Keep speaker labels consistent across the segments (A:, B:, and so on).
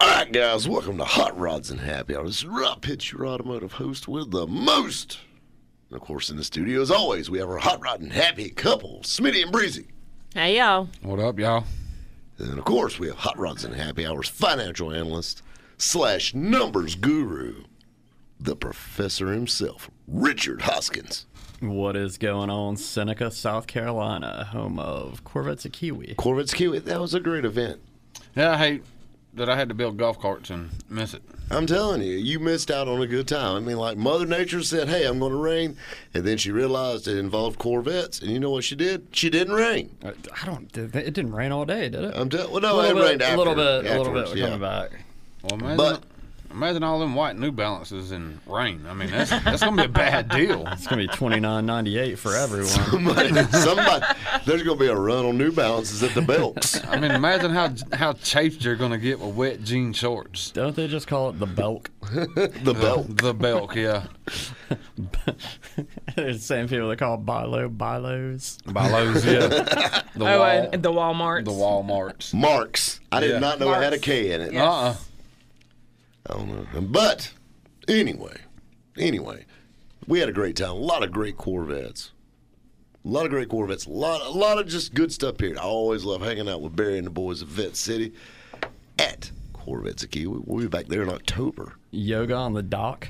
A: All right, guys, welcome to Hot Rods and Happy Hour. This is Rob Pitts, your automotive host with the most. And of course, in the studio, as always, we have our Hot Rod and Happy couple, Smitty and Breezy.
B: Hey y'all.
C: What up, y'all?
A: And then, of course, we have Hot Rods and Happy Hours financial analyst slash numbers guru, the professor himself, Richard Hoskins.
D: What is going on, Seneca, South Carolina, home of Corvettes of Kiwi?
A: Corvettes Kiwi, that was a great event.
C: Yeah, I hate that I had to build golf carts and miss it.
A: I'm telling you, you missed out on a good time. I mean, like Mother Nature said, "Hey, I'm going to rain," and then she realized it involved Corvettes, and you know what she did? She didn't rain.
D: I Uh, I don't. did- It didn't rain all day, did it?
A: I'm telling. Well, no,
D: a
A: it
D: little
A: rained
D: bit,
A: after.
D: a little bit, a little
A: afterwards,
D: bit. We're
A: yeah.
D: coming back.
C: Well, imagine,
A: But-
C: imagine all them white New Balances and rain. I mean, that's that's gonna be a bad deal.
D: It's gonna be twenty nine ninety eight for everyone.
A: Somebody, somebody, there's going to be a run on New Balances at the Belks.
C: I mean, imagine how how chafed you're gonna get with wet jean shorts.
D: don't they just call it the Belk?
A: The Belk.
C: The belk, yeah,
D: It's the same people that call Bilo Bilos.
C: by Lowe's, yeah. The
B: Oh,
C: Wal-
B: and the Walmart.
C: the Walmart's.
A: Marks. I did
C: Yeah.
A: not know it had a
B: Marks.
A: K in it.
B: Yeah.
C: Uh,
A: I don't know. But anyway, anyway, we had a great time. A lot of great Corvettes. A lot of great Corvettes. A lot, a lot of just good stuff. Period. I always love hanging out with Barry and the boys of Vet City at Corvettes of Kiwi. We'll be back there in October.
D: Yoga on the dock.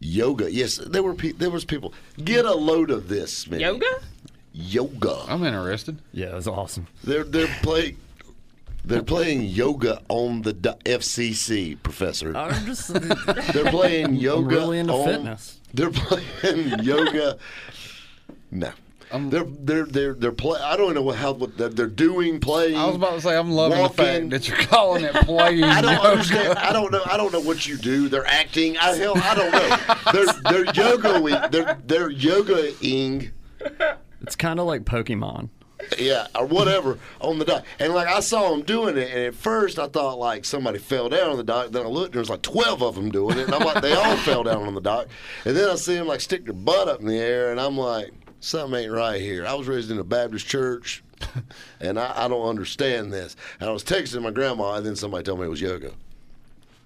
A: Yoga. Yes, there were pe- there was people. Get a load of this, man.
B: Yoga?
A: Yoga.
C: I'm interested.
D: Yeah, it was awesome.
A: They're they're playing. They're playing yoga on the do- FCC, Professor.
D: I'm just
A: They're playing yoga.
D: really into
A: on-
D: fitness.
A: They're playing yoga. No, they're they're they're they're play. I don't know what- how what they're, they're doing playing.
C: I was about to say I'm loving the
A: Walking.
C: fact that you're calling it playing.
A: I don't
C: yoga.
A: understand. I don't know. I don't know what you do. They're acting. I hell. I don't know. They're they're yoga. They're they're yogaing.
D: It's kind of like Pokemon.
A: yeah, or whatever on the dock. And like I saw them doing it, and at first I thought like somebody fell down on the dock. Then I looked, and there was like twelve of them doing it, and I'm like, they all fell down on the dock. And then I see them like stick their butt up in the air, and I'm like, something ain't right here. I was raised in a Baptist church, and I, I don't understand this. And I was texting my grandma, and then somebody told me it was yoga.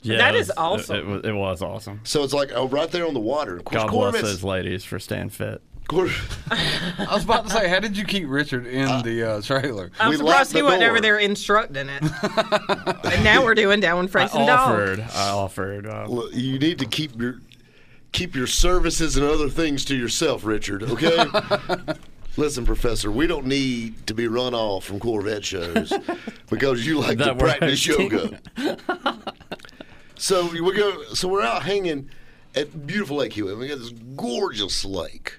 D: Yeah,
B: That
D: it
B: is
D: was- it-
B: awesome.
D: It, was, it was awesome.
A: So it's like oh, right there on the water. Of course,
D: God bless
A: Corvettes.
D: those ladies for staying fit.
A: Cor-
C: I was about to say, how did you keep Richard in the uh, trailer?
B: I'm
A: We locked
B: surprised
A: the
B: he wasn't
A: door.
B: over there instructing it. and now we're doing down in Frank's and Dog.
D: offered. I offered. uh,
A: Well, you need to keep your keep your services and other things to yourself, Richard. Okay. Listen, Professor, we don't need to be run off from Corvette shows because you like to
D: That we're
A: practice
D: hosting.
A: yoga. so we go. So we're out hanging at beautiful Lake Hewitt. We got this gorgeous lake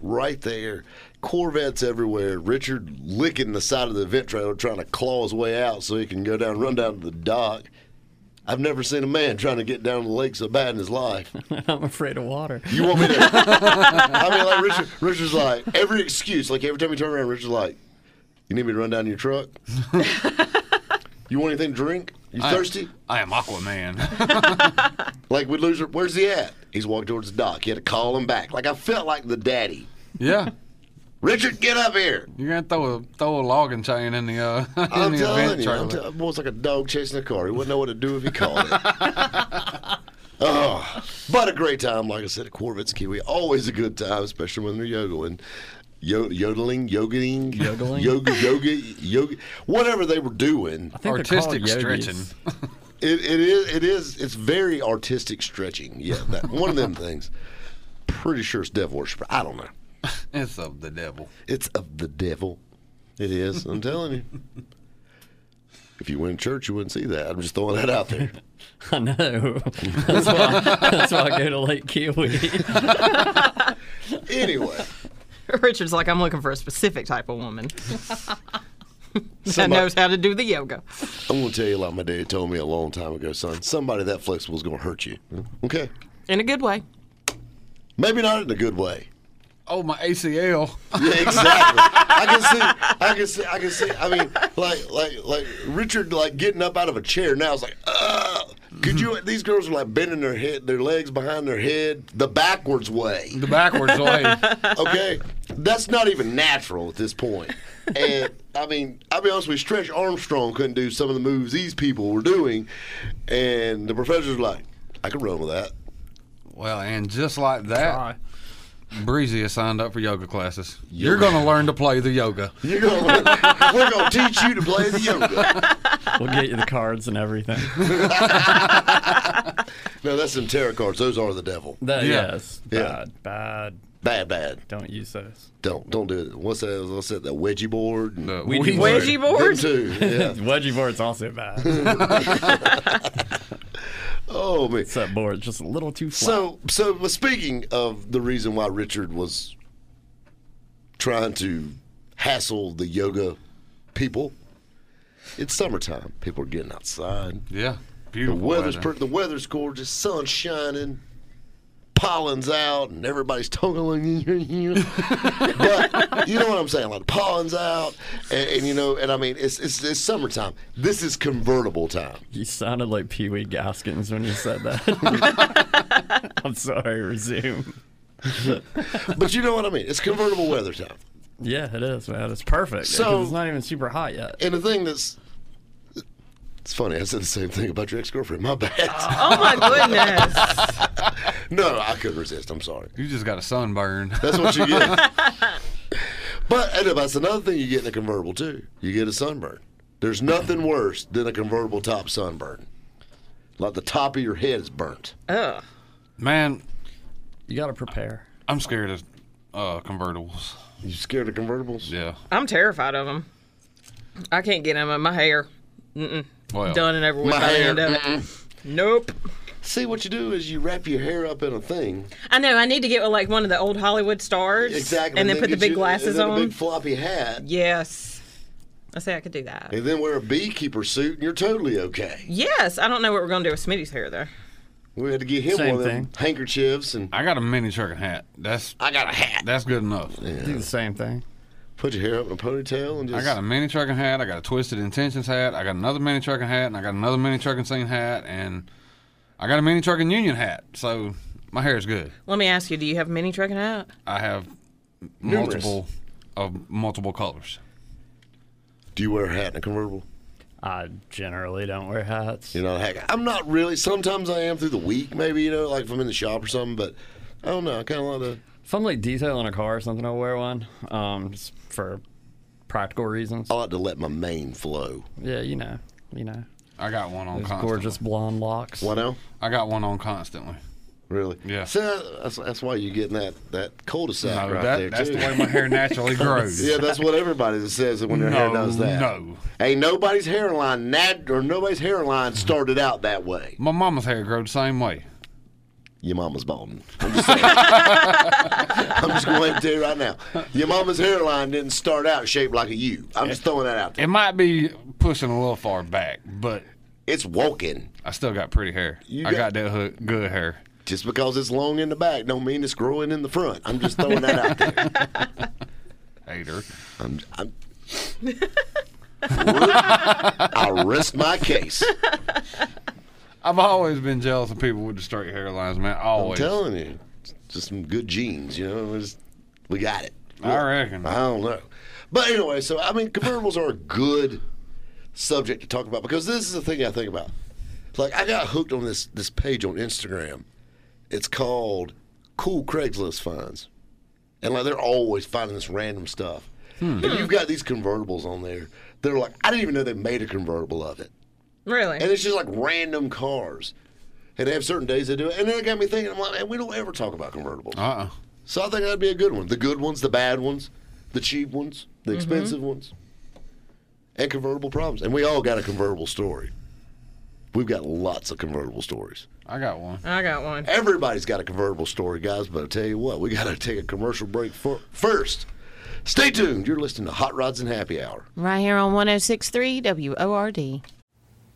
A: right there. Corvettes everywhere. Richard licking the side of the event trailer, trying to claw his way out so he can go down, run down to the dock. I've never seen a man trying to get down the lake so bad in his life.
D: I'm afraid of water.
A: You want me to? I mean, like Richard, Richard's like every excuse. Like every time you turn around, Richard's like, "You need me to run down to your truck? you want anything to drink? You
C: I am-
A: thirsty?
C: I am Aquaman.
A: Like we lose her. Where's he at? He's walking towards the dock. You had to call him back. Like I felt like the daddy.
C: yeah.
A: Richard, get up here.
C: You're gonna throw a throw a logging chain in the uh in
A: I'm
C: the
A: telling
C: event
A: you,
C: trailer.
A: I'm tell- boy, it's like a dog chasing a car. He wouldn't know what to do if he caught it. oh, but a great time, like I said, at Corvettes Kiwi. Always a good time, especially when they're yodeling. Yo- yodeling, yodeling,
D: Yodeling?
A: yoga, yoga, yoga, whatever they were doing.
D: I think they're called
C: Artistic
D: yogis.
C: stretching.
A: It, it is, it is, it's very artistic stretching. Yeah, that one of them things. Pretty sure it's devil worship. I don't know.
C: it's of the devil.
A: It's of the devil. It is. I'm telling you. If you went to church, you wouldn't see that. I'm just throwing that out there.
D: I know. That's why, that's why I go to Lake Kiwi.
A: Anyway,
B: Richard's like, I'm looking for a specific type of woman. that
A: Somebody-
B: knows how to do the yoga.
A: I'm gonna tell you like my daddy told me a long time ago, son. Somebody that flexible is gonna hurt you. Okay,
B: In a good way.
A: maybe not in a good way.
C: Oh, my ACL.
A: Yeah, exactly. I can see. I can see. I can see. I mean, like, like, like Richard, like getting up out of a chair now is like, Ugh. could you? These girls are like bending their head, their legs behind their head, the backwards way.
C: The backwards way.
A: Okay, that's not even natural at this point. And I mean, I'll be honest with you, Stretch Armstrong couldn't do some of the moves these people were doing, and the professor's were like, I can run with that.
C: Well, and just like that, Breezy has signed up for yoga classes. You're going to learn to play the yoga.
A: You're gonna, learn- we're gonna teach you to play the yoga.
D: We'll get you the cards and everything.
A: No, that's some tarot cards. Those are the devil.
D: That,
C: Yeah.
D: Yes.
A: Yeah.
D: Bad. Bad.
A: Bad, bad.
D: Don't use those.
A: Don't don't do it. What's that? What's that? That wedgie board.
C: The
D: We
C: Ouija
D: do
C: board.
D: work.
B: Wedgie board.
A: Them too. Yeah.
D: Wedgie board's also bad.
A: oh man.
D: it's that board just a little too flat.
A: So so but speaking of the reason why Richard was trying to hassle the yoga people, it's summertime. People are getting outside.
C: Yeah.
A: The
C: Beautiful.
A: weather's
C: weather.
A: per- the weather's gorgeous. Sun's shining. Pollen's out and everybody's talking like, but you know what I'm saying? Like the pollen's out, and, and you know, and I mean, it's, it's it's summertime. This is convertible time.
D: You sounded like Pee Wee Gaskins when you said that. I'm sorry, resume.
A: But you know what I mean? It's convertible weather time.
D: Yeah, it is, man. It's perfect. 'cause
A: So-
D: it's not even super hot yet.
A: And the thing that's it's funny, I said the same thing about your ex girlfriend. My bad.
B: Oh my goodness.
A: no, I couldn't resist. I'm sorry.
C: You just got a sunburn.
A: That's what you get. but and that's another thing you get in a convertible too. You get a sunburn. There's nothing worse than a convertible top sunburn. Like the top of your head is burnt.
B: Ugh.
C: Man,
D: You got to prepare.
C: I'm scared of uh, convertibles.
A: You scared of convertibles?
C: Yeah.
B: I'm terrified of them. I can't get them in my hair.
C: Well,
B: Done and over with
A: My
B: by the
A: hair,
B: end of it. Nope.
A: See what you do is you wrap your hair up in a thing.
B: I know. I need to get like one of the old Hollywood stars.
A: Exactly.
B: And then put the
A: get
B: big
A: you- and
B: glasses
A: then
B: on.
A: A big floppy hat.
B: Yes. I say I could do that.
A: And then wear a beekeeper suit and you're totally okay.
B: Yes. I don't know what we're going to do with Smitty's hair, though.
A: We had to get him one
D: Same
A: of them handkerchiefs and
C: I got a mini trucking hat. That's
A: I got a hat.
C: that's good enough.
D: Do the same thing.
A: Put your hair up in a ponytail and just.
C: I got a mini trucking hat. I got a twisted intentions hat. I got another mini trucking hat, and I got another mini trucking scene hat, and I got a mini trucking union hat. So my hair is good.
B: Let me ask you do you have a mini trucking hat?
C: I have
A: Numerous.
C: multiple of multiple colors.
A: Do you wear a hat in a convertible?
D: I generally don't wear hats.
A: You know, heck, I'm not really. Sometimes I am through the week, maybe you know, like if I'm in the shop or something. But I don't know. I kind of like to.
D: If I'm like detailing a car or something, I'll wear one um, just for practical reasons.
A: I like to let my mane flow.
D: Yeah, you know. You know.
C: I got one on
D: Those
C: constantly.
D: gorgeous blonde locks.
A: Why now?
C: I got one on constantly.
A: Really?
C: Yeah.
A: So that's, that's why you're getting that that cul-de-sac
C: No,
A: right
C: that-
A: there
C: that's
A: too.
C: the way my hair naturally grows.
A: yeah, that's what everybody says when their hair
C: No,
A: does that.
C: no.
A: Ain't nobody's hairline nat or nobody's hairline started out that way.
C: My mama's hair grows the same way.
A: Your mama's balding. I'm just, saying. I'm just going to tell you right now. Your mama's hairline didn't start out shaped like a U. I'm just throwing that out there.
C: It might be pushing a little far back, but
A: It's walking.
C: I still got pretty hair.
A: You
C: I
A: got-
C: got that hood, good hair.
A: Just because it's long in the back don't mean it's growing in the front. I'm just throwing that out there.
C: Hater.
A: I'm, I'm, I rest my case.
C: I've always been jealous of people with the straight hairlines, man.
A: I'm
C: Always.
A: telling you, it's just some good genes. You know, it's, we got it.
C: I reckon.
A: I don't know, but anyway, so I mean, convertibles are a good subject to talk about because this is the thing I think about. Like I got hooked on this this page on Instagram. It's called Cool Craigslist Finds, and like they're always finding this random stuff. And you've got these convertibles on there. They're like, I didn't even know they made a convertible of it.
B: Really?
A: And it's just like random cars. And they have certain days they do it. And then it got me thinking, I'm like, man, we don't ever talk about convertibles.
C: Uh-uh.
A: So I think that'd be a good one. The good ones, the bad ones, the cheap ones, the expensive ones, and convertible problems. And we all got a convertible story. We've got lots of convertible stories.
C: I got one.
B: I got one.
A: Everybody's got a convertible story, guys. But I tell you what, we got to take a commercial break for, first. Stay tuned. You're listening to Hot Rods and Happy Hour.
E: Right here on 1063 WORD.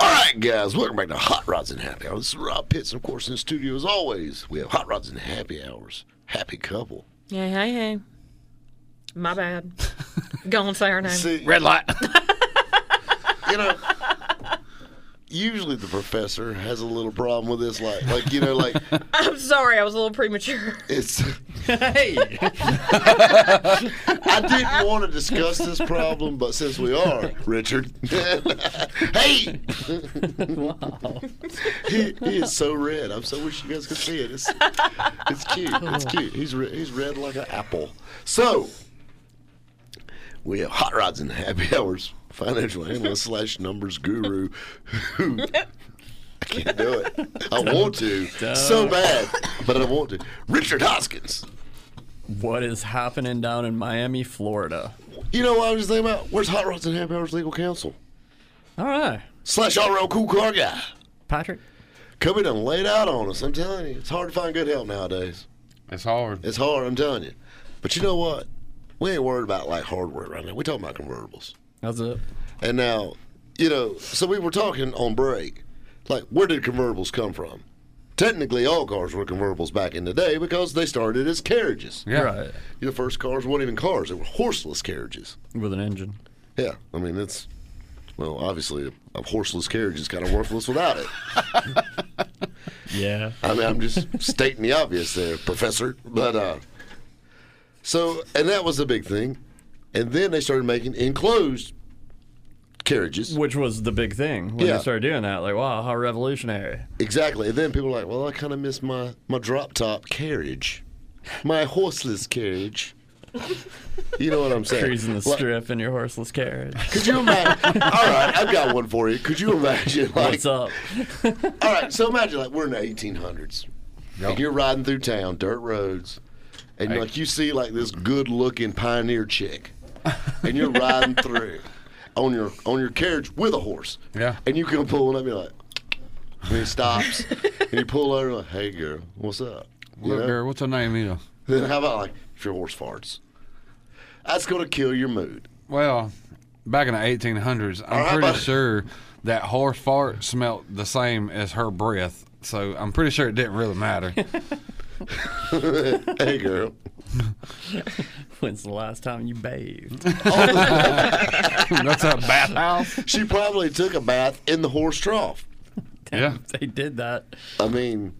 A: All right, guys, welcome back to Hot Rods and Happy Hour. This is Rob Pitts, and of course, in the studio as always, we have Hot Rods and Happy Hours. Happy couple.
B: Hey, hey, hey. My bad. Go on, say her name.
A: See,
C: Red light.
A: you know, usually the professor has a little problem with this. Like, like you know, like
B: I'm sorry, I was a little premature.
A: it's.
D: Hey,
A: I didn't want to discuss this problem, but since we are, Richard, hey, he, he is so red. I'm so wish you guys could see it. It's, it's cute. It's cute. He's re- he's red like an apple. So we have hot rods and happy hours. Financial analyst slash numbers guru. Who, I can't do it. I want to so bad, but I want to. Richard Hoskins.
D: what is happening down in Miami, Florida?
A: You know what I was thinking about? Where's Hot Rods and Happy Hours Legal Counsel?
D: All right,
A: Slash all real cool car guy.
D: Patrick.
A: Coming and laid out on us. I'm telling you, it's hard to find good help nowadays.
C: It's hard.
A: It's hard, I'm telling you. But you know what? We ain't worried about like hardware right now. We're talking about convertibles.
D: That's it.
A: And now, you know, so we were talking on break, like where did convertibles come from? Technically, all cars were convertibles back in the day because they started as carriages.
C: yeah.
D: Right,
A: The first cars weren't even cars; they were horseless carriages.
D: with an engine.
A: Yeah, I mean it's well, obviously a, a horseless carriage is kind of worthless without it.
D: Yeah.
A: I mean, I'm just stating the obvious there, Professor. But uh, so, and that was the big thing, and then they started making enclosed carriages.
D: Which was the big thing when
A: Yeah.
D: they started doing that. Like, wow, how revolutionary.
A: Exactly, and then people were like, "Well, I kind of miss my my drop top carriage, my horseless carriage." You know what I'm saying?
D: Cruising the
A: Like,
D: strip in your horseless carriage.
A: could you imagine? All right, I've got one for you. Could you imagine? Like,
D: What's up?
A: All right, so imagine like we're in the 1800s, and you're riding through town, dirt roads, and like you see like this good-looking pioneer chick, and you're riding through on your on your carriage with a horse.
C: Yeah.
A: And you come pulling up, you're like, and he stops, and you pull over, like, hey girl, what's up? You
C: Look,
A: know?
C: girl, what's her name is?
A: Then how about like if your horse farts? That's gonna kill your mood.
C: Well, back in the 1800s, I'm
A: right,
C: pretty
A: buddy.
C: sure that horse fart smelt the same as her breath. So I'm pretty sure it didn't really matter.
A: hey girl.
D: When's the last time you bathed?
C: That's a bathhouse.
A: She probably took a bath in the horse trough.
C: Yeah.
D: they did that.
A: I mean,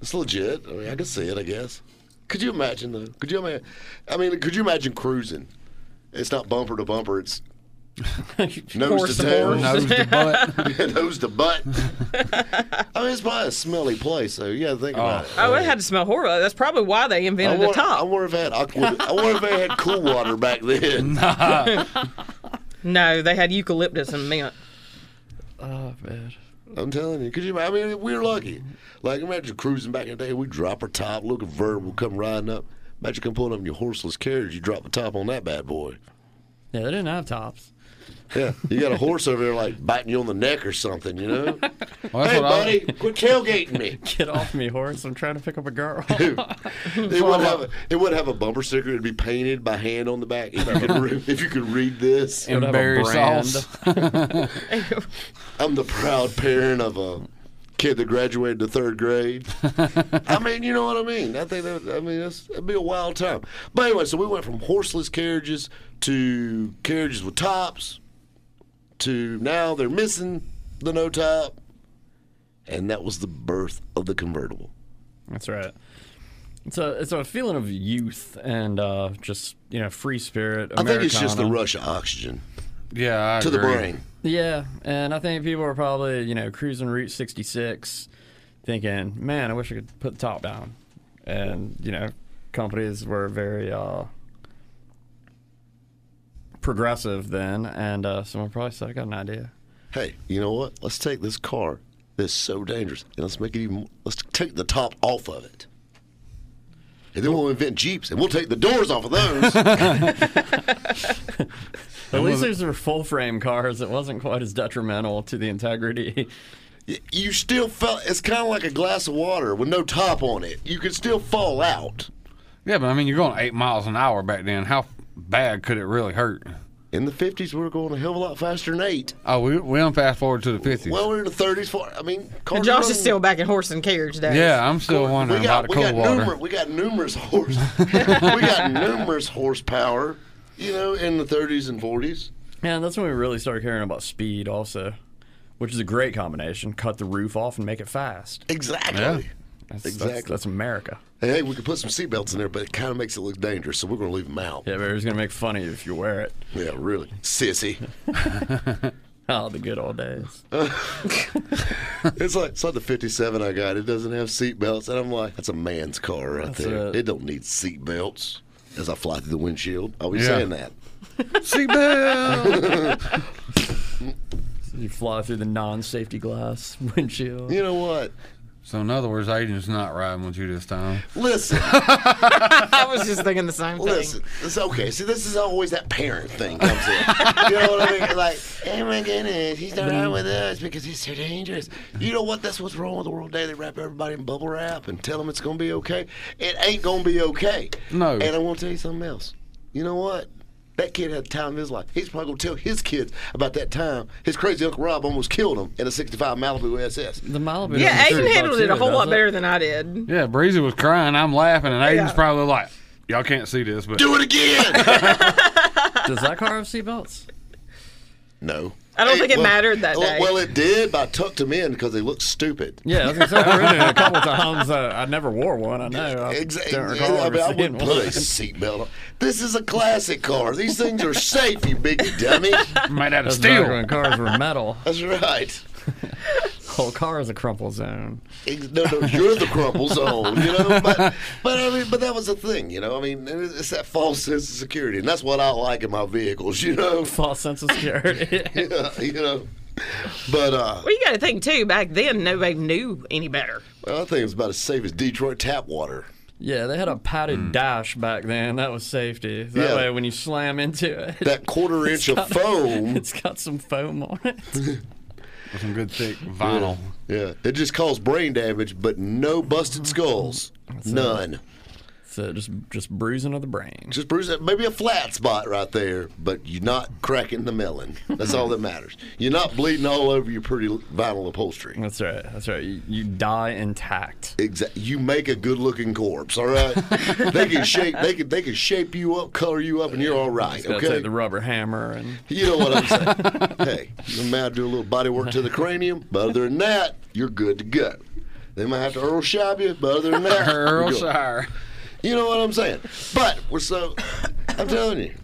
A: it's legit. I mean, I can see it. I guess. Could you imagine though? Could you imagine? I mean, could you imagine cruising? It's not bumper to bumper. It's nose
B: Horse
A: to
B: to
A: tail,
C: Nose to butt.
A: nose to butt. I mean, it's probably a smelly place. So you got to think about it.
B: Oh, it had to smell horrible. That's probably why they
A: I
B: invented the
A: wonder, I
B: top.
A: wonder if they had aqua, I wonder if they had cool water back then.
B: No, they had eucalyptus and mint.
D: Oh, man.
A: I'm telling you, could you? I mean, we're lucky. Like imagine cruising back in the day, we drop our top, look at verb, come riding up. Imagine come pulling up in your horseless carriage, you drop the top on that bad boy.
D: Yeah, they didn't have tops.
A: Yeah, you got a horse over there like biting you on the neck or something, you know?
C: Well, that's
A: hey,
C: what I-
A: buddy, quit tailgating me.
D: Get off me, horse. I'm trying to pick up a girl.
A: It would have a, it would have a bumper sticker. It'd be painted by hand on the back. If you could, re- if you could read this,
C: and
D: have a
C: berry
D: brand.
C: sauce.
A: I'm the proud parent of a kid that graduated to third grade. I mean, you know what I mean. I think that I mean that's, that'd be a wild time. But anyway, so we went from horseless carriages to carriages with tops to now they're missing the no top, and that was the birth of the convertible.
D: That's right. It's a it's a feeling of youth and uh, just you know free spirit.
A: I think it's just the
D: Americana.
A: rush of oxygen
C: Yeah, I
A: to the
C: agree.
A: brain.
D: Yeah, and I think people are probably, you know, cruising Route 66 thinking, man, I wish I could put the top down. And, you know, companies were very, uh, progressive then, and uh, someone probably said, I got an idea.
A: Hey, you know what? Let's take this car that's so dangerous and let's make it even more. Let's take the top off of it. And then we'll invent Jeeps and we'll take the doors off of those.
D: At least these were full frame cars. It wasn't quite as detrimental to the integrity.
A: Y- you still felt it's kind of like a glass of water with no top on it. You could still fall out
C: Yeah, but I mean, you're going eight miles an hour back then. How bad could it really hurt?
A: in the 50s. We were going a hell of a lot faster than eight.
C: Oh, we we don't fast forward to the fifties.
A: Well, we're in the 30s. 40, I mean, cars are
B: And Josh
A: running-
B: is still back in horse and carriage days.
C: yeah, I'm still wondering
A: we got,
C: about the
A: we
C: cold
A: got
C: water.
A: numer- we got numerous horse. we got numerous horsepower. You know, in the 30s and 40s.
D: And that's when we really started caring about speed, also, which is a great combination. Cut the roof off and make it fast.
A: Exactly.
D: That's,
A: Exactly.
D: That's, that's America.
A: Hey, hey, we could put some seatbelts in there, but it kind of makes it look dangerous, so we're going to leave them out.
D: Yeah, but it's going to make fun of you if you wear it.
A: Yeah, really. Sissy.
D: Oh, the good old days.
A: it's like it's like the 57 I got. It doesn't have seatbelts. And I'm like, that's a man's car right there.
D: it.
A: It. don't need seatbelts. As I fly through the windshield. I'll be
C: Yeah.
A: saying that.
C: Seatbelt.
D: You fly through the non safety glass windshield.
A: You know what?
C: so in other words, Aiden's not riding with you this time.
A: Listen,
E: I was just thinking the same
A: listen. It's okay. See, this is always that parent thing comes in. you know what I mean? Like, oh my goodness, he's not riding with us because he's so dangerous. You know what? That's what's wrong with the world today. They wrap everybody in bubble wrap and tell them it's going to be okay. It ain't going to be okay.
C: No.
A: And I want to tell you something else. You know what? That kid had the time of his life. He's probably going to tell his kids about that time his crazy Uncle Rob almost killed him in a 65 Malibu SS.
D: The Malibu.
B: Yeah, Aiden
D: doesn't shoot
B: handled it a
D: bucks
B: whole
D: either,
B: lot
D: does
B: better than I did.
C: Yeah, Breezy was crying. I'm laughing, and Aiden's
B: Yeah.
C: probably like, "Y'all can't see this, but
A: Do it again!
D: Does that car have seatbelts?
A: no.
B: I don't think it mattered that
A: well-
B: day.
A: Well, it did, but I tucked him in because he looked stupid.
D: Yeah, I was gonna say, I've ridden it a couple times. Uh, I never wore one. I know. I
A: Exactly.
D: don't
A: I,
D: recall
A: mean, I
D: ever seeing
A: wouldn't put a
D: one.
A: seatbelt on. This is a classic car. These things are safe, you big dummy.
C: made out of
D: That's back
C: steel."
D: when cars were metal.
A: That's right.
D: whole car is a crumple zone.
A: Ex- No, no, you're the crumple zone, you know. But, but I mean, but that was the thing, you know. I mean, it- it's that false sense of security, and that's what I like in my vehicles, you know.
D: False sense of security.
A: you know. But uh,
B: Well, you got to think too. Back then, nobody knew any better.
A: well, I think it's about as safe as Detroit tap water.
D: yeah, they had a padded dash back then. That was safety. That
A: Mm. Yeah.
D: way, when you slam into it,
A: That quarter inch of foam.
D: it's got some foam on it.
C: With some good thick vinyl.
A: Yeah, it just caused brain damage, but no busted
D: Mm-hmm.
A: skulls. None.
D: So just just bruising of the brain.
A: Just bruise it. Maybe a flat spot right there, but you're not cracking the melon. That's all that matters. You're not bleeding all over your pretty vinyl upholstery.
D: That's right. That's right. You, you die intact.
A: Exactly. You make a good-looking corpse. All right. they can shape. They can. They can shape you up, color you up, and you're all right.
D: Gotta
A: Okay.
D: take the rubber hammer and
A: You know what I'm saying? hey, you may have to do a little body work to the cranium, but other than that, you're good to go. They might have to Earl Shab you, but other than that, you're
C: Earl
A: good.
C: Shire.
A: You know what I'm saying? But we're so. I'm telling you.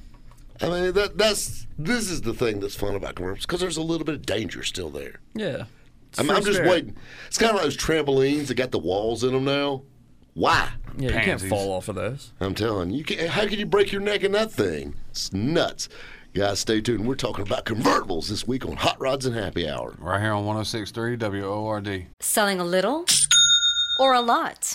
A: I mean, that that's this is the thing that's fun about commercials because there's a little bit of danger still there.
D: yeah.
A: I'm, I'm
D: Free
A: just
D: spirit.
A: waiting. It's kind of like those trampolines that got the walls in them now. Why?
D: Yeah, you can't
C: Pansies.
D: fall off of those.
A: I'm telling you, you can't, how could you break your neck in that thing? It's nuts. Guys, stay tuned. We're talking about convertibles this week on Hot Rods and Happy Hour.
C: Right here on 106.3 WORD.
F: Selling a little or a lot?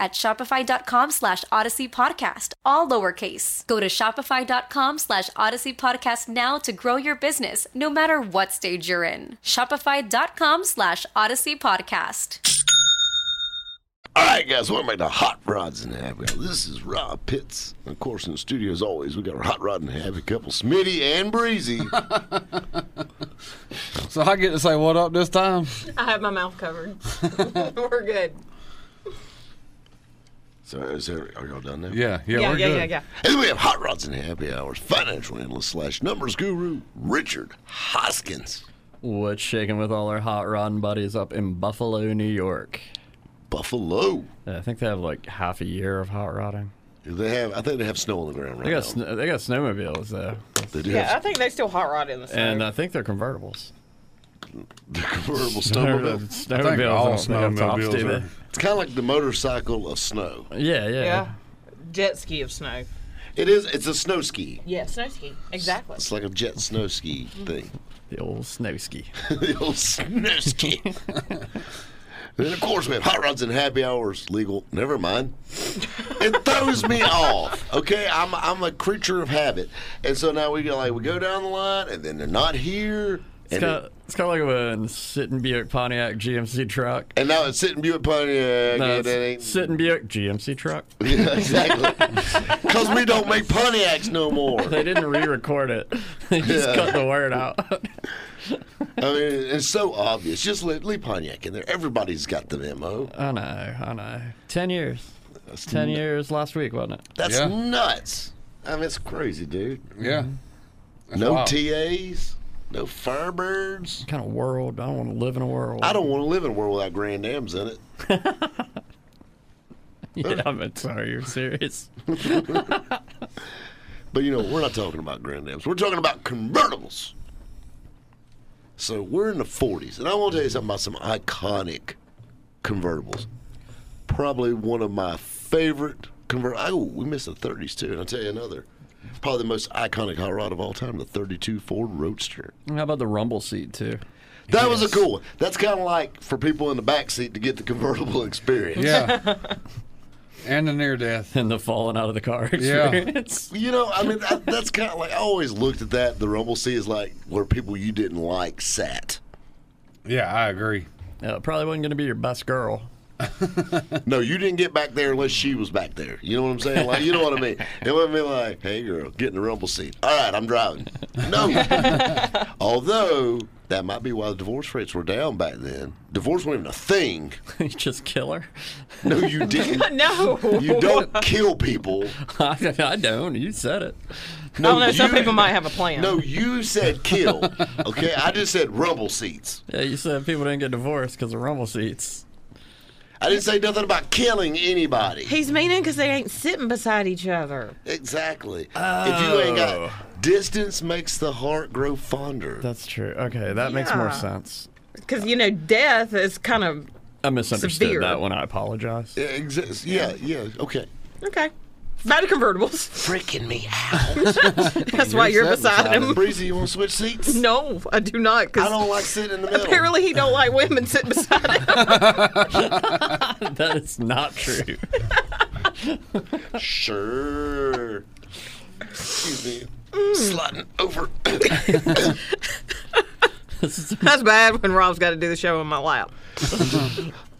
F: at shopify.com slash odyssey podcast, all lowercase. Go to shopify.com slash odyssey podcast now to grow your business no matter what stage you're in. Shopify.com slash odyssey podcast.
A: All right, guys, welcome back to Hot Rods and Havoc. This is Rob Pitts. And of course, in the studio, as always, we got our Hot Rod and Havoc couple, Smitty and Breezy.
C: So I get to say what up this time.
B: I have my mouth covered. We're good.
A: so, is there, are y'all done now?
C: Yeah, yeah,
B: Yeah,
C: we're
B: yeah,
C: good.
B: yeah, yeah.
A: And then we have Hot Rods and Happy Hours financial analyst slash numbers guru, Richard Hoskins.
D: What's shaking with all our hot rodding buddies up in Buffalo, New York?
A: Buffalo.
D: Yeah, I think they have like half a year of hot rodding.
A: They have, I think they have snow on the ground right
D: They
A: now.
D: got sn- they got snowmobiles though,
A: They do
B: Yeah, I
A: have
B: think they still hot rod in the snow.
D: and
C: uh,
D: I think they're convertibles.
A: the convertible
D: They're
A: snowmobile.
D: Snowmobiles.
C: I think all
D: I don't think have tops,
C: snowmobiles
D: do
C: are-
D: they?
A: It's kind of like the motorcycle of snow.
D: Yeah, yeah.
B: yeah. Jet ski of snow.
A: It is. It's a snow ski.
B: Yeah, snow ski. Exactly.
A: It's like a jet snow ski thing.
D: The old snow ski.
A: the old snow ski. then of course we have hot rods and happy hours legal. Never mind. It throws me off. Okay, I'm I'm a creature of habit, and so now we go like we go down the line, and then they're not here.
D: It's
A: And,
D: kind
A: it,
D: of it's kind of like when sitting Buick Pontiac GMC truck.
A: and now it's sitting Buick Pontiac.
D: No,
A: and it ain't,
D: sitting Buick GMC truck.
A: yeah, exactly. Because we don't make Pontiacs no more.
D: They didn't re-record it. They just
A: Yeah.
D: cut the word out.
A: I mean, it's so obvious. Just leave, leave Pontiac in there. Everybody's got the memo.
D: I know, I know. Ten years. Ten years last week, wasn't it?
A: That's
C: Yeah.
A: nuts. I mean, it's crazy, dude.
C: Yeah.
A: no
C: wild.
A: TAs, no Firebirds.
D: Kind of world. I don't want to live in a world.
A: I don't want to live in a world without Grand Dams in it.
D: Yeah, I'm sorry. You're serious.
A: But you know, we're not talking about Grand Dams. We're talking about convertibles. So we're in the 40s, and I want to tell you something about some iconic convertibles. Probably one of my favorite convertibles. Oh, we missed the 30s too, and I'll tell you another. Probably the most iconic hot rod of all time, the 32 Ford Roadster.
D: How about the rumble seat too?
A: That was a cool one. That's kind of like for people in the back seat to get the convertible experience.
C: Yeah. and the near death.
D: And the falling out of the car
C: Yeah.
D: experience.
A: You know, I mean, that, that's kind of like I always looked at that. The rumble seat is like where people you didn't like sat.
C: Yeah, I agree.
D: Yeah. it probably wasn't going to be your best girl.
A: No, you didn't get back there unless she was back there. You know what I'm saying? Like, you know what I mean? It wouldn't be like, "Hey, girl, get in the rumble seat." All right, I'm driving. No. Although that might be why the divorce rates were down back then. Divorce wasn't even a thing.
D: you just kill her.
A: No, you didn't.
B: No.
A: You don't kill people.
D: I, I don't. You said it.
B: I don't know. Some
A: you-
B: people might have a plan.
A: No, you said kill. Okay, I just said rumble seats.
D: Yeah, you said people didn't get divorced because of rumble seats.
A: I didn't say nothing about killing anybody.
B: He's meaning because they ain't sitting beside each other.
A: Exactly. If you ain't got distance, makes the heart grow fonder.
D: That's true. Okay, that makes more
B: Yeah.
D: sense.
B: Because, you know, death is kind of.
D: I misunderstood
B: Severe.
D: that one. I apologize.
A: Yeah, exist. Yeah, yeah. Okay.
B: Okay. Back to convertibles.
A: Freaking me out.
B: That's why you're
C: sitting
B: beside
C: beside
B: him.
A: Breezy, you want to switch seats?
B: No, I do not.
A: I
B: Because
A: don't like sitting in the middle.
B: apparently he don't like women sitting beside him.
D: That is not true.
A: Sure. Excuse me.
B: Mm.
A: Sliding over.
B: That's bad when Rob's got to do the show in my lap.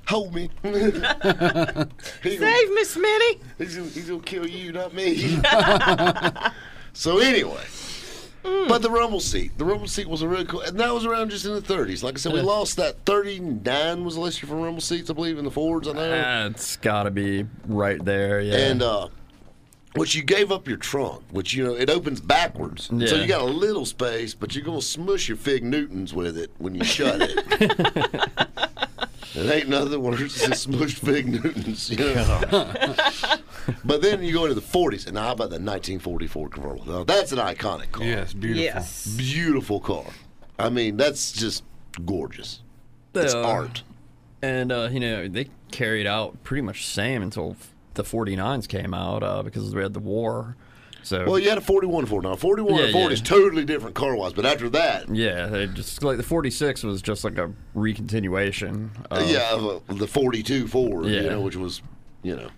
A: Hold me. He gonna-
B: Save Miss Smitty.
A: He's gonna, he's gonna kill you, not me. so anyway, but the rumble seat, the rumble seat was a really cool, and that was around just in the 30s. Like I said, we lost that. 39 was the list for rumble seats, I believe, in the Fords. I know.
D: Uh, That's got to be right there. Yeah.
A: and uh, which you gave up your trunk, which you know it opens backwards, so
D: Yeah.
A: you got a little space, but you're gonna smush your fig Newtons with it when you shut it. it ain't nothing worse than smushed fig Newtons, you know. but then you go into the 40s, and how about the 1944 convertible? Now, that's an iconic car.
C: Yes, beautiful.
B: Yes.
A: Beautiful car. I mean, that's just gorgeous. It's
D: Yeah.
A: art.
D: And uh, you know they carried out pretty much the same until the 49s came out uh, because we had the war. So
A: Well, you had a 41 Ford. Now, a 41
D: Yeah,
A: and Ford
D: yeah.
A: is totally different car wise, but after that,
D: yeah, they just like the 46 was just like a recontinuation. Of,
A: yeah, of, uh, the 42 Ford, you
D: Yeah.
A: know, which was, you know.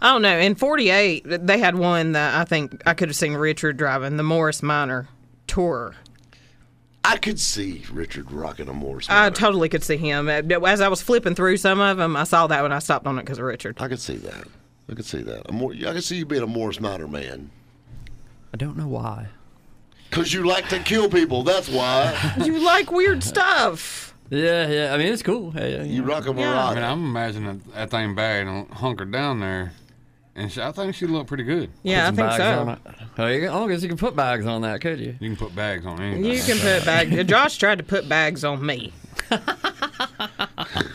G: I don't know. In 48, they had one that I think I could have seen Richard driving, the Morris Minor Tourer.
A: I could see Richard rocking a Morris.
G: I
A: Minor.
G: totally could see him. Uh, As I was flipping through some of them, I saw that when I stopped on it because of Richard.
A: I could see that. I could see that. A more, I could see you being a Morris Minor man.
D: I don't know why.
A: Because you like to kill people, that's why.
G: you like weird stuff.
D: Yeah, yeah. I mean, it's cool. Hey, yeah,
A: You rock a
C: I mean,
A: Murata.
C: I'm imagining that, that thing buried and hunkered down there, and she, I think she looked pretty good.
G: Yeah, I
D: Put
G: think so.
D: some bags on it. Oh, you, I don't guess you can put bags on that, could you?
C: You can put bags on anything.
G: You can put bags. Josh tried to put bags on me.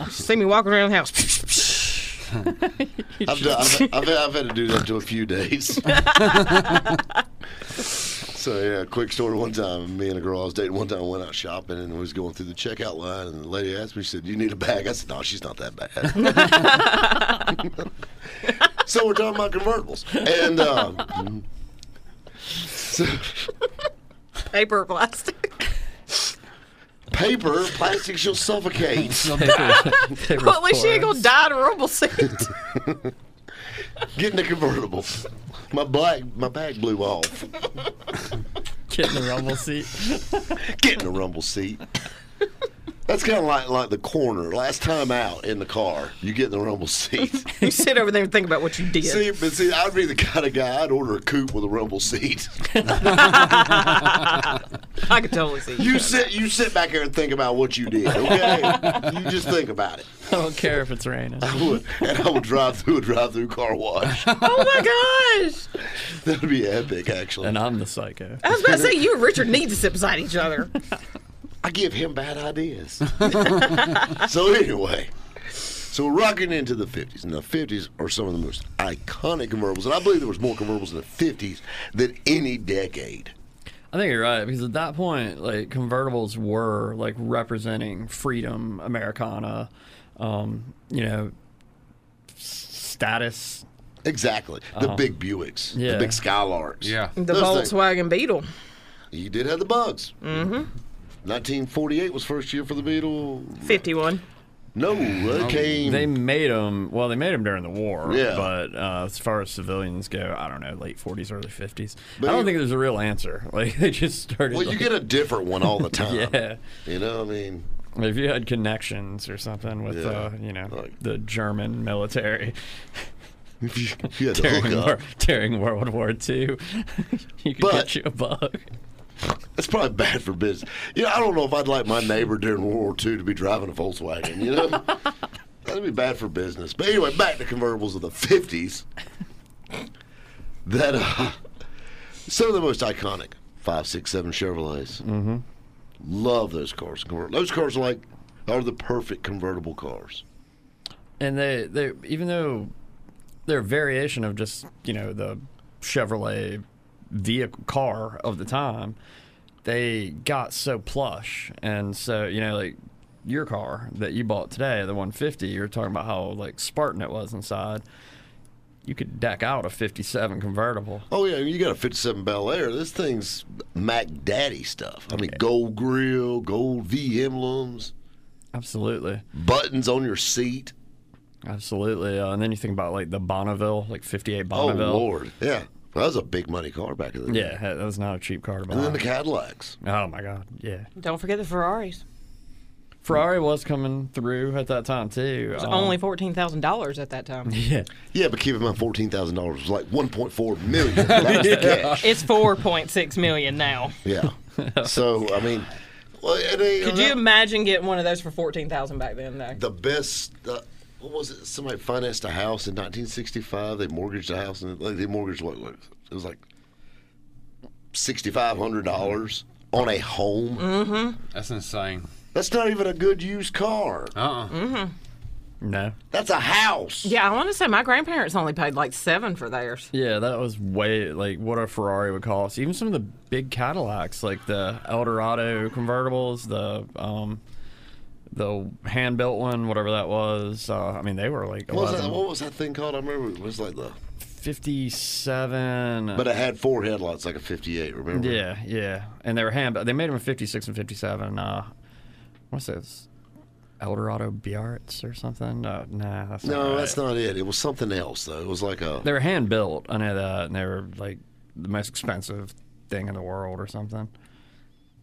G: see me walking around the house.
A: I've, done, I've, I've, I've had to do that to a few days. so yeah, quick story. One time, me and a girl I was dating one time went out shopping and was going through the checkout line, and the lady asked me, she said, "You need a bag?" I said, "No, she's not that bad." so we're talking about convertibles, and um, so
G: Paper or plastic.
A: paper, plastic, she'll suffocate.
G: Well, at least she ain't gonna die in a rumble seat.
A: Getting a convertible. My black, my bag blew off.
D: Get in the rumble seat.
A: get in a rumble seat. That's kind of like like the corner. Last time out in the car, you get in the rumble seat.
G: you sit over there and think about what you did.
A: see, but see, I'd be the kind of guy I'd order a coupe with a rumble seat.
G: I could totally see.
A: You sit, you sit back here and think about what you did. Okay, you just think about it.
D: I don't care if it's raining.
A: I would, and I would drive through a drive-through car wash.
G: Oh my gosh!
A: That would be epic, actually.
D: And I'm the psycho.
G: I was about to say you and Richard need to sit beside each other.
A: I give him bad ideas. so anyway, so we're rocking into the 50s, and the 50s are some of the most iconic convertibles, and I believe there was more convertibles in the 50s than any decade.
D: I think you're right because at that point, like convertibles were like representing freedom, Americana, um, you know, s- status.
A: Exactly, the big Buicks,
D: Uh-huh. Yeah.
A: the big Skylarks.
C: Yeah.
G: The
A: Those things.
G: Volkswagen Beetle.
A: You did have the bugs. Mm-hmm. 1948 was first year for the Beetle.
G: 51.
A: No, it came.
D: They
G: Hmm.
D: made them. Well, they made them during the war.
A: Yeah.
D: But uh, as far as civilians go, I don't know, late 40s, early 50s.
A: But
D: I don't
A: you-
D: think there's a real answer. Like they just started.
A: well, you
D: like-
A: get a different one all the time.
D: Yeah.
A: You know, I mean,
D: if you had connections or something with,
A: Yeah.
D: uh, you know,
A: Like-
D: the German military
A: if you, you had to
D: during,
A: hook
D: war,
A: up.
D: during World War II, you could
A: But-
D: get you a bug.
A: That's probably bad for business. You know, I don't know if I'd like my neighbor during World War II to be driving a Volkswagen. You know, that'd be bad for business. But anyway, back to convertibles of the fifties. That uh, some of the most iconic five, six, seven Chevrolets. Mm-hmm. Love those cars. Conver- Those cars are like are the perfect convertible cars.
D: and they they even though they're a variation of just you know the Chevrolet vehicle car of the time, they got so plush and so you know like your car that you bought today, the 150, you're talking about how like Spartan it was inside. You could deck out a 57 convertible.
A: Oh yeah, you got a '57 Bel Air. This thing's Mac Daddy stuff. I mean, gold grill, gold V emblems,
D: Absolutely,
A: buttons on your seat.
D: absolutely. Uh, and then you think about like the Bonneville, like 58
A: Oh
D: Bonneville.
A: Lord, yeah, that was a big money car back in the day.
D: Yeah, that was not a cheap car to buy.
A: and then the Cadillacs.
D: oh my God, yeah.
E: Don't forget the Ferraris.
D: Ferrari was coming through at that time too. Um,
E: It's only fourteen thousand dollars at that time.
D: yeah,
A: Yeah, but keep in mind, fourteen thousand dollars was like one point four million. That was the cash.
G: It's 4.6 million now.
A: Yeah. So I mean, well, and they-
G: Could you imagine getting one of those for 14,000 back then though?
A: the best? Uh, what was it? Somebody financed a house in 1965. They mortgaged a house, and like they mortgaged what? what- It was like sixty-five hundred dollars on a home.
G: Mm-hmm.
C: That's insane.
A: That's not even a good used car.
C: Uh-uh.
D: no,
A: That's a house.
G: Yeah, I want to say my grandparents only paid like 7 for theirs.
D: yeah, that was way like what a Ferrari would cost. Even some of the big Cadillacs, like the Eldorado convertibles, the um, the hand built one, whatever that was. Uh, I mean, they were like
A: What was, that,
D: 11,
A: what was that thing called? I remember it was like the
D: 57.
A: But it had four headlights like a 58, remember?
D: yeah, yeah. And they were hand. They made them in 56 and 57. Uh, what's this? Eldorado Biarritz or something? No, nah, that's not
A: No,
D: right.
A: that's not it. It was something else, though. It was like a.
D: They were hand built. I know that. And they were like the most expensive thing in the world or something.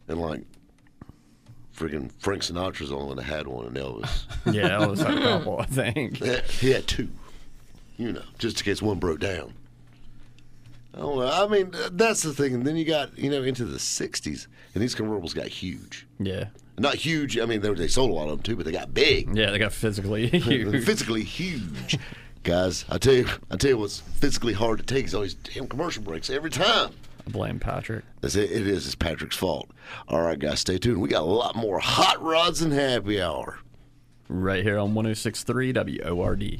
A: And like. Freaking Frank Sinatra's the only one that had one, and Elvis.
D: Yeah, it was like a couple, I think.
A: he had two. You know, just in case one broke down. I don't know. I mean, that's the thing. And then you got, you know, into the 60s, and these convertibles got huge.
D: Yeah.
A: Not huge. I mean, they, they sold a lot of them too, but they got big.
D: Yeah, they got physically
A: They're
D: huge.
A: physically huge. Guys, I tell you, I tell you what's physically hard to take is all these damn commercial breaks every time.
D: I blame Patrick.
A: That's it. It is. It's Patrick's fault. All right, guys, stay tuned. We got a lot more hot rods and happy hour.
D: Right here on 1063 WORD.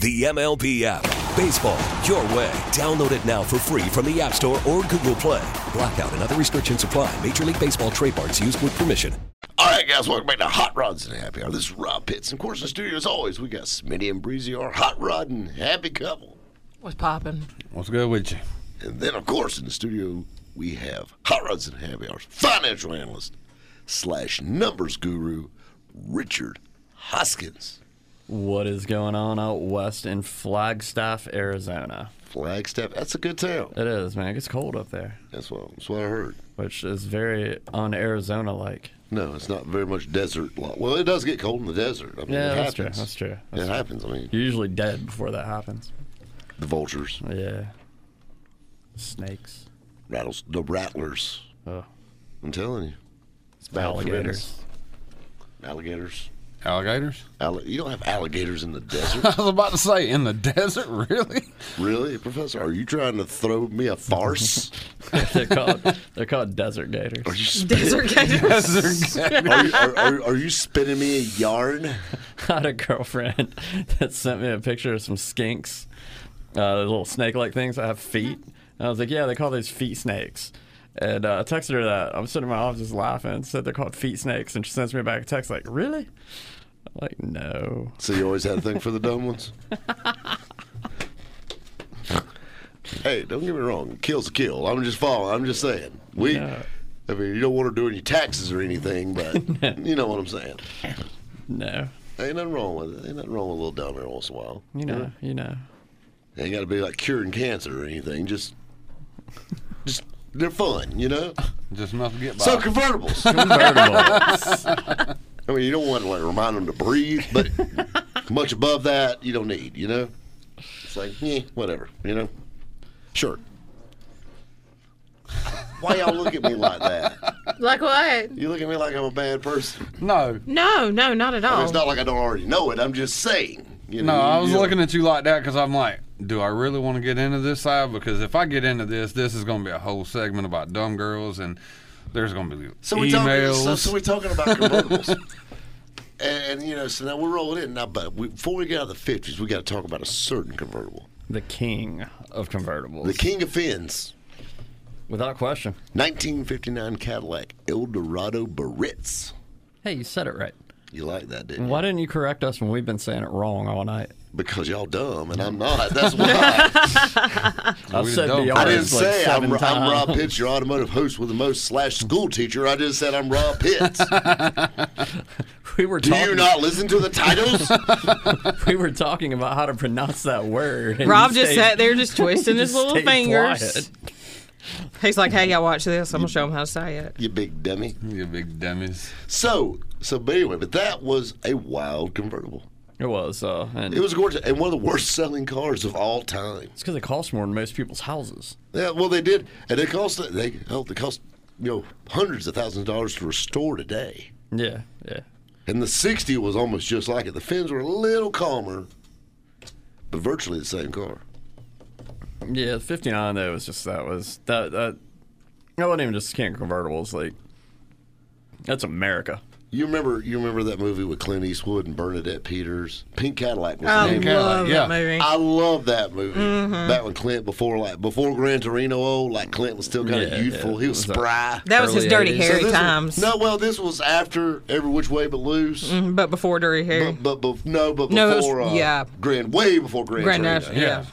H: The MLB app. Baseball, your way. Download it now for free from the App Store or Google Play. Blackout and other restrictions apply. Major League Baseball trademarks used with permission.
A: All right, guys, welcome back to Hot Rods and Happy Hour. This is Rob Pitts. And of course, in the studio, as always, we got Smitty and Breezy, our hot rod and happy couple.
E: What's popping?
C: What's good with you?
A: And then, of course, in the studio, we have Hot Rods and Happy Hours financial analyst slash numbers guru, Richard Hoskins.
D: What is going on out west in Flagstaff, Arizona?
A: Flagstaff, that's a good town.
D: It is, man. It gets cold up there,
A: That's what, that's what I heard.
D: which is very un Arizona like.
A: No, it's not very much desert. lo- Well, it does get cold in the desert. I mean,
D: Yeah,
A: it
D: that's true.
A: happens.
D: That's true. That's
A: it
D: true.
A: happens. I mean,
D: You're usually dead before that happens.
A: the vultures,
D: Yeah. Snakes.
A: rattles, the rattlers.
D: Oh,
A: I'm telling you,
D: it's
A: bad for
D: alligators.
A: alligators.
C: Alligators?
A: Alli- you don't have alligators in the desert.
C: I was about to say, in the desert, really?
A: Really, Professor? Are you trying to throw me a farce?
D: they're called they're called desert gators.
A: Are you, spin-
E: Desert gators.
C: Desert
A: are, you are, are, are you spinning me a yarn?
D: I had a girlfriend that sent me a picture of some skinks, uh, those little snake-like things that have feet. And I was like, yeah, they call those feet snakes. And uh, I texted her that. I'm sitting in my office just laughing. Said they're called feet snakes, and she sends me back a text like, really? I'm like, no.
A: So you always had a thing for the dumb ones? hey, don't get me wrong. Kill's a kill. I'm just following. I'm just saying. We,
D: No.
A: I mean, you don't want her doing your taxes or anything, but you know what I'm saying.
D: No.
A: Ain't nothing wrong with it. Ain't nothing wrong with a little dumb every once in a while.
D: You know, you know.
A: Ain't got to be like curing cancer or anything. Just, just they're fun, you know.
C: Just enough to get by.
A: So convertibles.
D: Convertibles.
A: I mean, you don't want to like remind them to breathe, but much above that, you don't need. You know, it's like eh, whatever. You know, sure. Why y'all look at me like that?
E: like what?
A: You look at me like I'm a bad person.
C: no.
E: No, no, not at all.
A: It's not like I don't already know it. I'm just saying. You know,
C: Oh. No, I was
A: you know.
C: looking at you like that because I'm like, do I really want to get into this side? Because if I get into this, this is going to be a whole segment about dumb girls, and there's going to be
A: So we talking.
C: emails.
A: So, so we're talking about convertibles. And, and, you know, so now we're rolling in now, but we, before we get out of the fifties, we got to talk about a certain convertible,
D: the king of convertibles.
A: the King of Fins,
D: Without question.
A: 1959 Cadillac Eldorado Baritz.
D: Hey, you said it right.
A: You like that, didn't you?
D: Why didn't you correct us when we've been saying it wrong all night?
A: Because y'all dumb and I'm not. That's why.
D: I
C: We
D: said
C: don't.
D: the
A: I
C: I
A: didn't
D: ours, like,
A: say I'm,
D: seven
A: I'm Rob
D: times.
A: Pitts, your automotive host with the most slash school teacher. I just said I'm Rob Pitts.
D: We were
A: Do
D: talking.
A: you not listen to the titles?
D: we were talking about how to pronounce that word. and
G: Rob
D: you
G: just
D: stayed-
G: sat there just twisting
D: you
G: his
D: just
G: little
D: stayed
G: fingers.
D: quiet.
G: He's like, hey, y'all watch this. I'm going to show him how to say it.
A: you big dummy.
C: you big dummies.
A: So, so, but anyway, but that was a wild convertible.
D: It was, uh, and
A: It was gorgeous and one of the worst selling cars of all time.
D: it's because it costs more than most people's houses.
A: Yeah, well, they did, and it cost they oh, they cost you know hundreds of thousands of dollars to restore today.
D: Yeah, yeah.
A: And the '60 was almost just like it. The fins were a little calmer, but virtually the same car.
D: Yeah, 59 though was just that was that that that wasn't even just can convertibles like that's America.
A: You remember you remember that movie with Clint Eastwood and Bernadette Peters? Pink Cadillac was
G: I
B: Oh,
A: the name of it.
G: love
C: yeah.
G: that movie.
A: I love that movie. Back when Clint before like before Gran Torino, old, like Clint was still kind of
D: Yeah,
A: youthful.
D: yeah.
A: He was spry.
G: that was his
D: early
G: Dirty
D: 80s.
G: Harry
A: this was-
G: times,
A: no, well, this was after Every Which Way But Loose.
G: but before Dirty Harry.
A: But, but, but no, but
G: Mm-hmm. No, it was-
A: before uh,
G: yeah.
A: Grand, way before Grand,
G: Grand
A: Torino.
G: National,
C: Yeah.
G: yeah.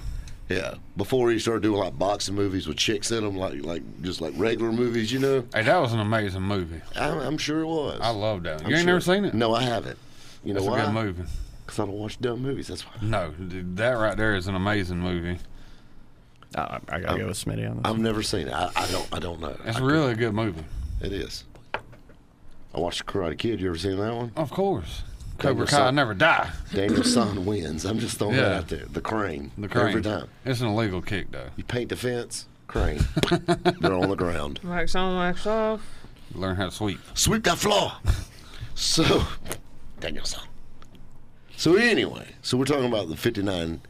A: Yeah, before he started doing like boxing movies with chicks in them, like like just like regular movies, you know.
C: Hey, that was an amazing movie.
A: I'm, I'm sure it was.
C: I love that. You
A: I'm
C: ain't
A: sure.
C: never seen it?
A: No, I haven't. You know
C: It's a good
A: why?
C: movie.
A: Because I don't watch dumb movies. That's why.
C: No, dude, that right there is an amazing movie.
D: I, I gotta go with Smitty on this.
A: I've never seen it. I, I don't. I don't know.
C: It's
A: I-
C: really a good movie.
A: It is. I watched Karate Kid. You ever seen that one?
C: Of course.
A: Never
C: Cobra
A: saw
C: Kai
A: it.
C: never die.
A: Daniel Son wins. I'm just throwing that
C: Yeah.
A: out there. The crane.
C: The crane.
A: Every time
C: It's an illegal kick though.
A: you paint the fence, crane. They're on the ground.
G: Wax on, wax off.
C: You learn how to sweep.
A: Sweep that floor. So, Daniel Son. So anyway, so we're talking about the '59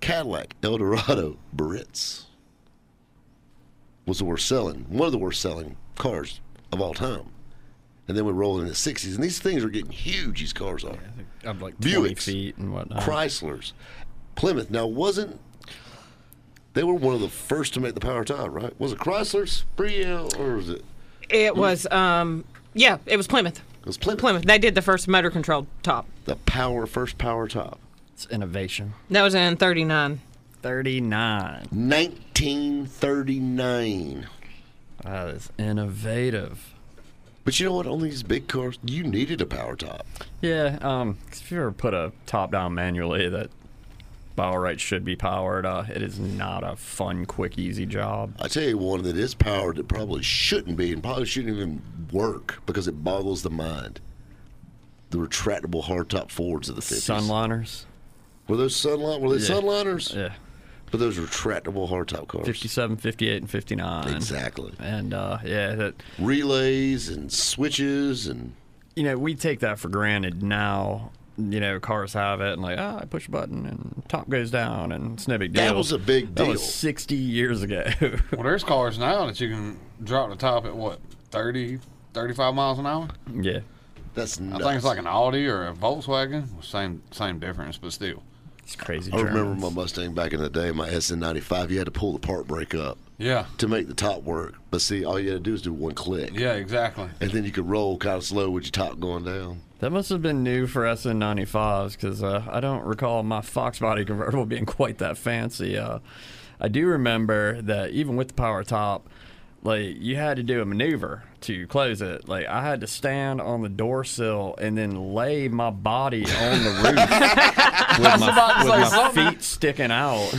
A: Cadillac Eldorado Baritz. Was the worst selling, one of the worst selling cars of all time. And then we roll in the '60s, and these things are getting huge. These cars are.
D: I'm like 20
A: Buicks.
D: feet and whatnot.
A: Chryslers, Plymouth. Now wasn't they were one of the first to make the power tie, right? Was it Chrysler Spria or was it?
G: It was, um, yeah, it was Plymouth.
A: It was Plymouth.
G: Plymouth. They did the first motor controlled top.
A: The power first power top.
D: It's innovation.
G: That was in '39.
D: 39.
A: 1939.
D: That is innovative.
A: But you know what? On these big cars, you needed a power top.
D: Yeah, um, 'cause if you ever put a top down manually that by all rights should be powered, uh, it is not a fun, quick, easy job.
A: I tell you one that is powered that probably shouldn't be and probably shouldn't even work because it boggles the mind. The retractable hardtop Fords of the 50s.
D: Sunliners.
A: Were those sunline? Were they
D: Yeah.
A: sunliners?
D: Yeah.
A: But those retractable hardtop cars.
D: 57, 58, and 59.
A: Exactly.
D: And uh, yeah, that
A: Relays and switches and
D: you know, we take that for granted now. You know, cars have it, and like, ah, I push a button and top goes down, and it's no big deal.
A: That was a big
D: That
A: deal.
D: was 60 years ago.
C: Well, there's cars now that you can drop the top at what 30, 35 miles an hour.
D: yeah.
A: that's
C: I
A: nuts.
C: think it's like an Audi or a Volkswagen. Well, same same difference, but still.
D: It's crazy.
A: I remember
D: Germans.
A: my Mustang back in the day, my SN95. You had to pull the part brake up
C: Yeah.
A: to make the top work. But see, all you had to do is do one click,
C: Yeah, exactly.
A: and then you could roll kind of slow with your top going down.
D: That must have been new for SN95s because uh, I don't recall my Fox body convertible being quite that fancy. Uh, I do remember that even with the power top, like you had to do a maneuver to close it. Like I had to stand on the door sill and then lay my body on the roof with my, with my feet sticking out,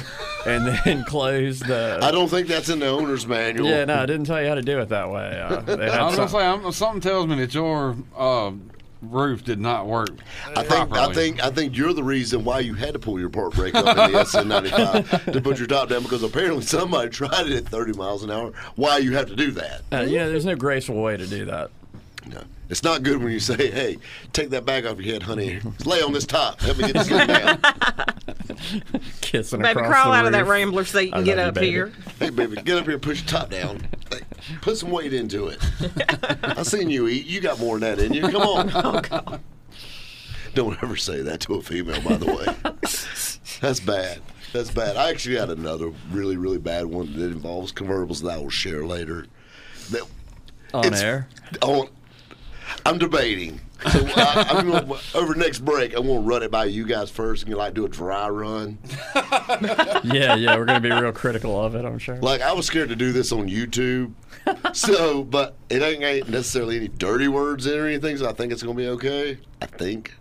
D: and then close the.
A: I don't think that's in the owner's manual.
D: yeah, no, I didn't tell you how to do it that way. Uh, they had
C: I was gonna
D: some-
C: say I'm, something tells me that your uh, roof did not work.
A: I think I think I think you're the reason why you had to pull your part brake up in the SN95 to put your top down because apparently somebody tried it at 30 miles an hour. Why you have to do that?
D: uh, you know, there's no graceful way to do that.
A: No. It's not good when you say, "Hey, take that bag off your head, honey. Lay on this top. Help me get this thing down."
D: Kissing
G: Baby,
D: across
G: crawl
D: the
G: out of that
D: roof.
G: Rambler seat
D: I
G: and get
D: love you,
G: up
D: baby.
G: here.
A: Hey, baby, get up here and push your top down. Hey, Put some weight into it. I seen you eat. You got more than that in you. Come on. Don't ever say that to a female, by the way. That's bad. That's bad. I actually had another really, really bad one that involves convertibles that I will share later. That
D: on
A: it's-
D: air.
A: on- I'm debating. So I, I'm gonna, over next break, I'm going to run it by you guys first and like do a dry run.
D: Yeah, yeah, we're gonna be real critical of it. I'm sure.
A: Like I was scared to do this on YouTube. so, but it ain't, ain't necessarily any dirty words in it or anything. So I think it's gonna be okay. I think,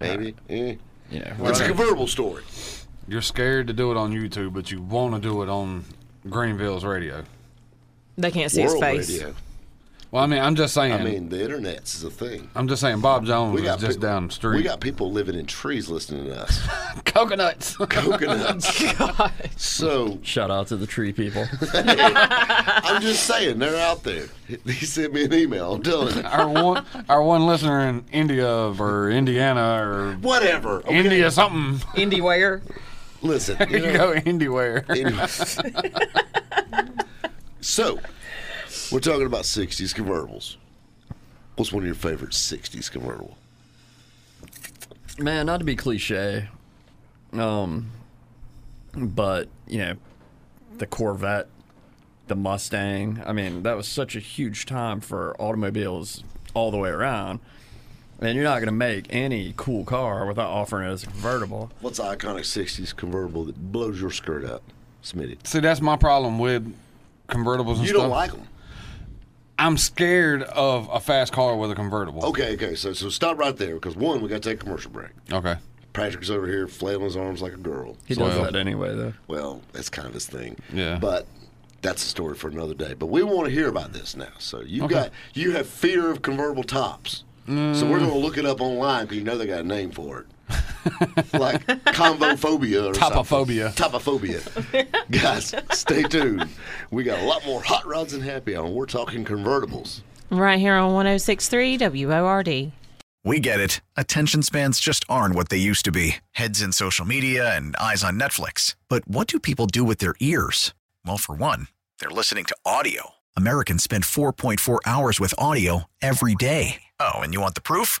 A: maybe. Eh.
D: Yeah,
A: It's a
D: right.
A: convertible story.
C: you're scared to do it on YouTube, but you want to do it on Greenville's radio.
G: They can't see
A: World
G: his face.
A: radio.
C: Well, I mean, I'm just saying.
A: I mean, the internet's is a thing.
C: I'm just saying. Bob Jones
A: We
C: is
A: got
C: just
A: peop-
C: down the street.
A: We got people living in trees listening to us.
C: coconuts.
A: Coconuts.
G: Oh,
A: So
D: Shout out to the tree people.
A: I'm just saying, they're out there. He sent me an email. I'm telling you.
C: our one, our one listener in India or Indiana or
A: Whatever. Okay,
C: India something.
G: Indy wear.
A: Listen.
C: There you go, anywhere.
A: Anyway. so, we're talking about 60s convertibles. What's one of your favorite '60s convertible?
D: Man, not to be cliche, um, but you know, the Corvette, the Mustang. I mean, that was such a huge time for automobiles all the way around. And you're not gonna make any cool car without offering it as a convertible.
A: What's the iconic '60s convertible that blows your skirt up, Smitty?
C: See, that's my problem with convertibles and
A: You
C: stuff.
A: don't like them.
C: I'm scared of a fast car with a convertible.
A: Okay, okay. So so stop right there because one, we got to take a commercial break.
C: Okay.
A: Patrick's over here flailing his arms like a girl.
D: He
C: So-
D: does that anyway, though.
A: Well, that's kind of his thing.
C: Yeah.
A: But that's a story for another day. But we want to hear about this now. So you
C: Okay.
A: got you have fear of convertible tops. So we're going to look it up online because you know they got a name for it. like combophobia or
C: Mm. Topophobia.
A: something. Topophobia. Guys, stay tuned. We got a lot more hot rods and happy on. We're talking convertibles.
I: Right here on 1063 WORD.
J: We get it. Attention spans just aren't what they used to be heads in social media and eyes on Netflix. But what do people do with their ears? Well, for one, they're listening to audio. Americans spend 4.4 hours with audio every day. Oh, and you want the proof?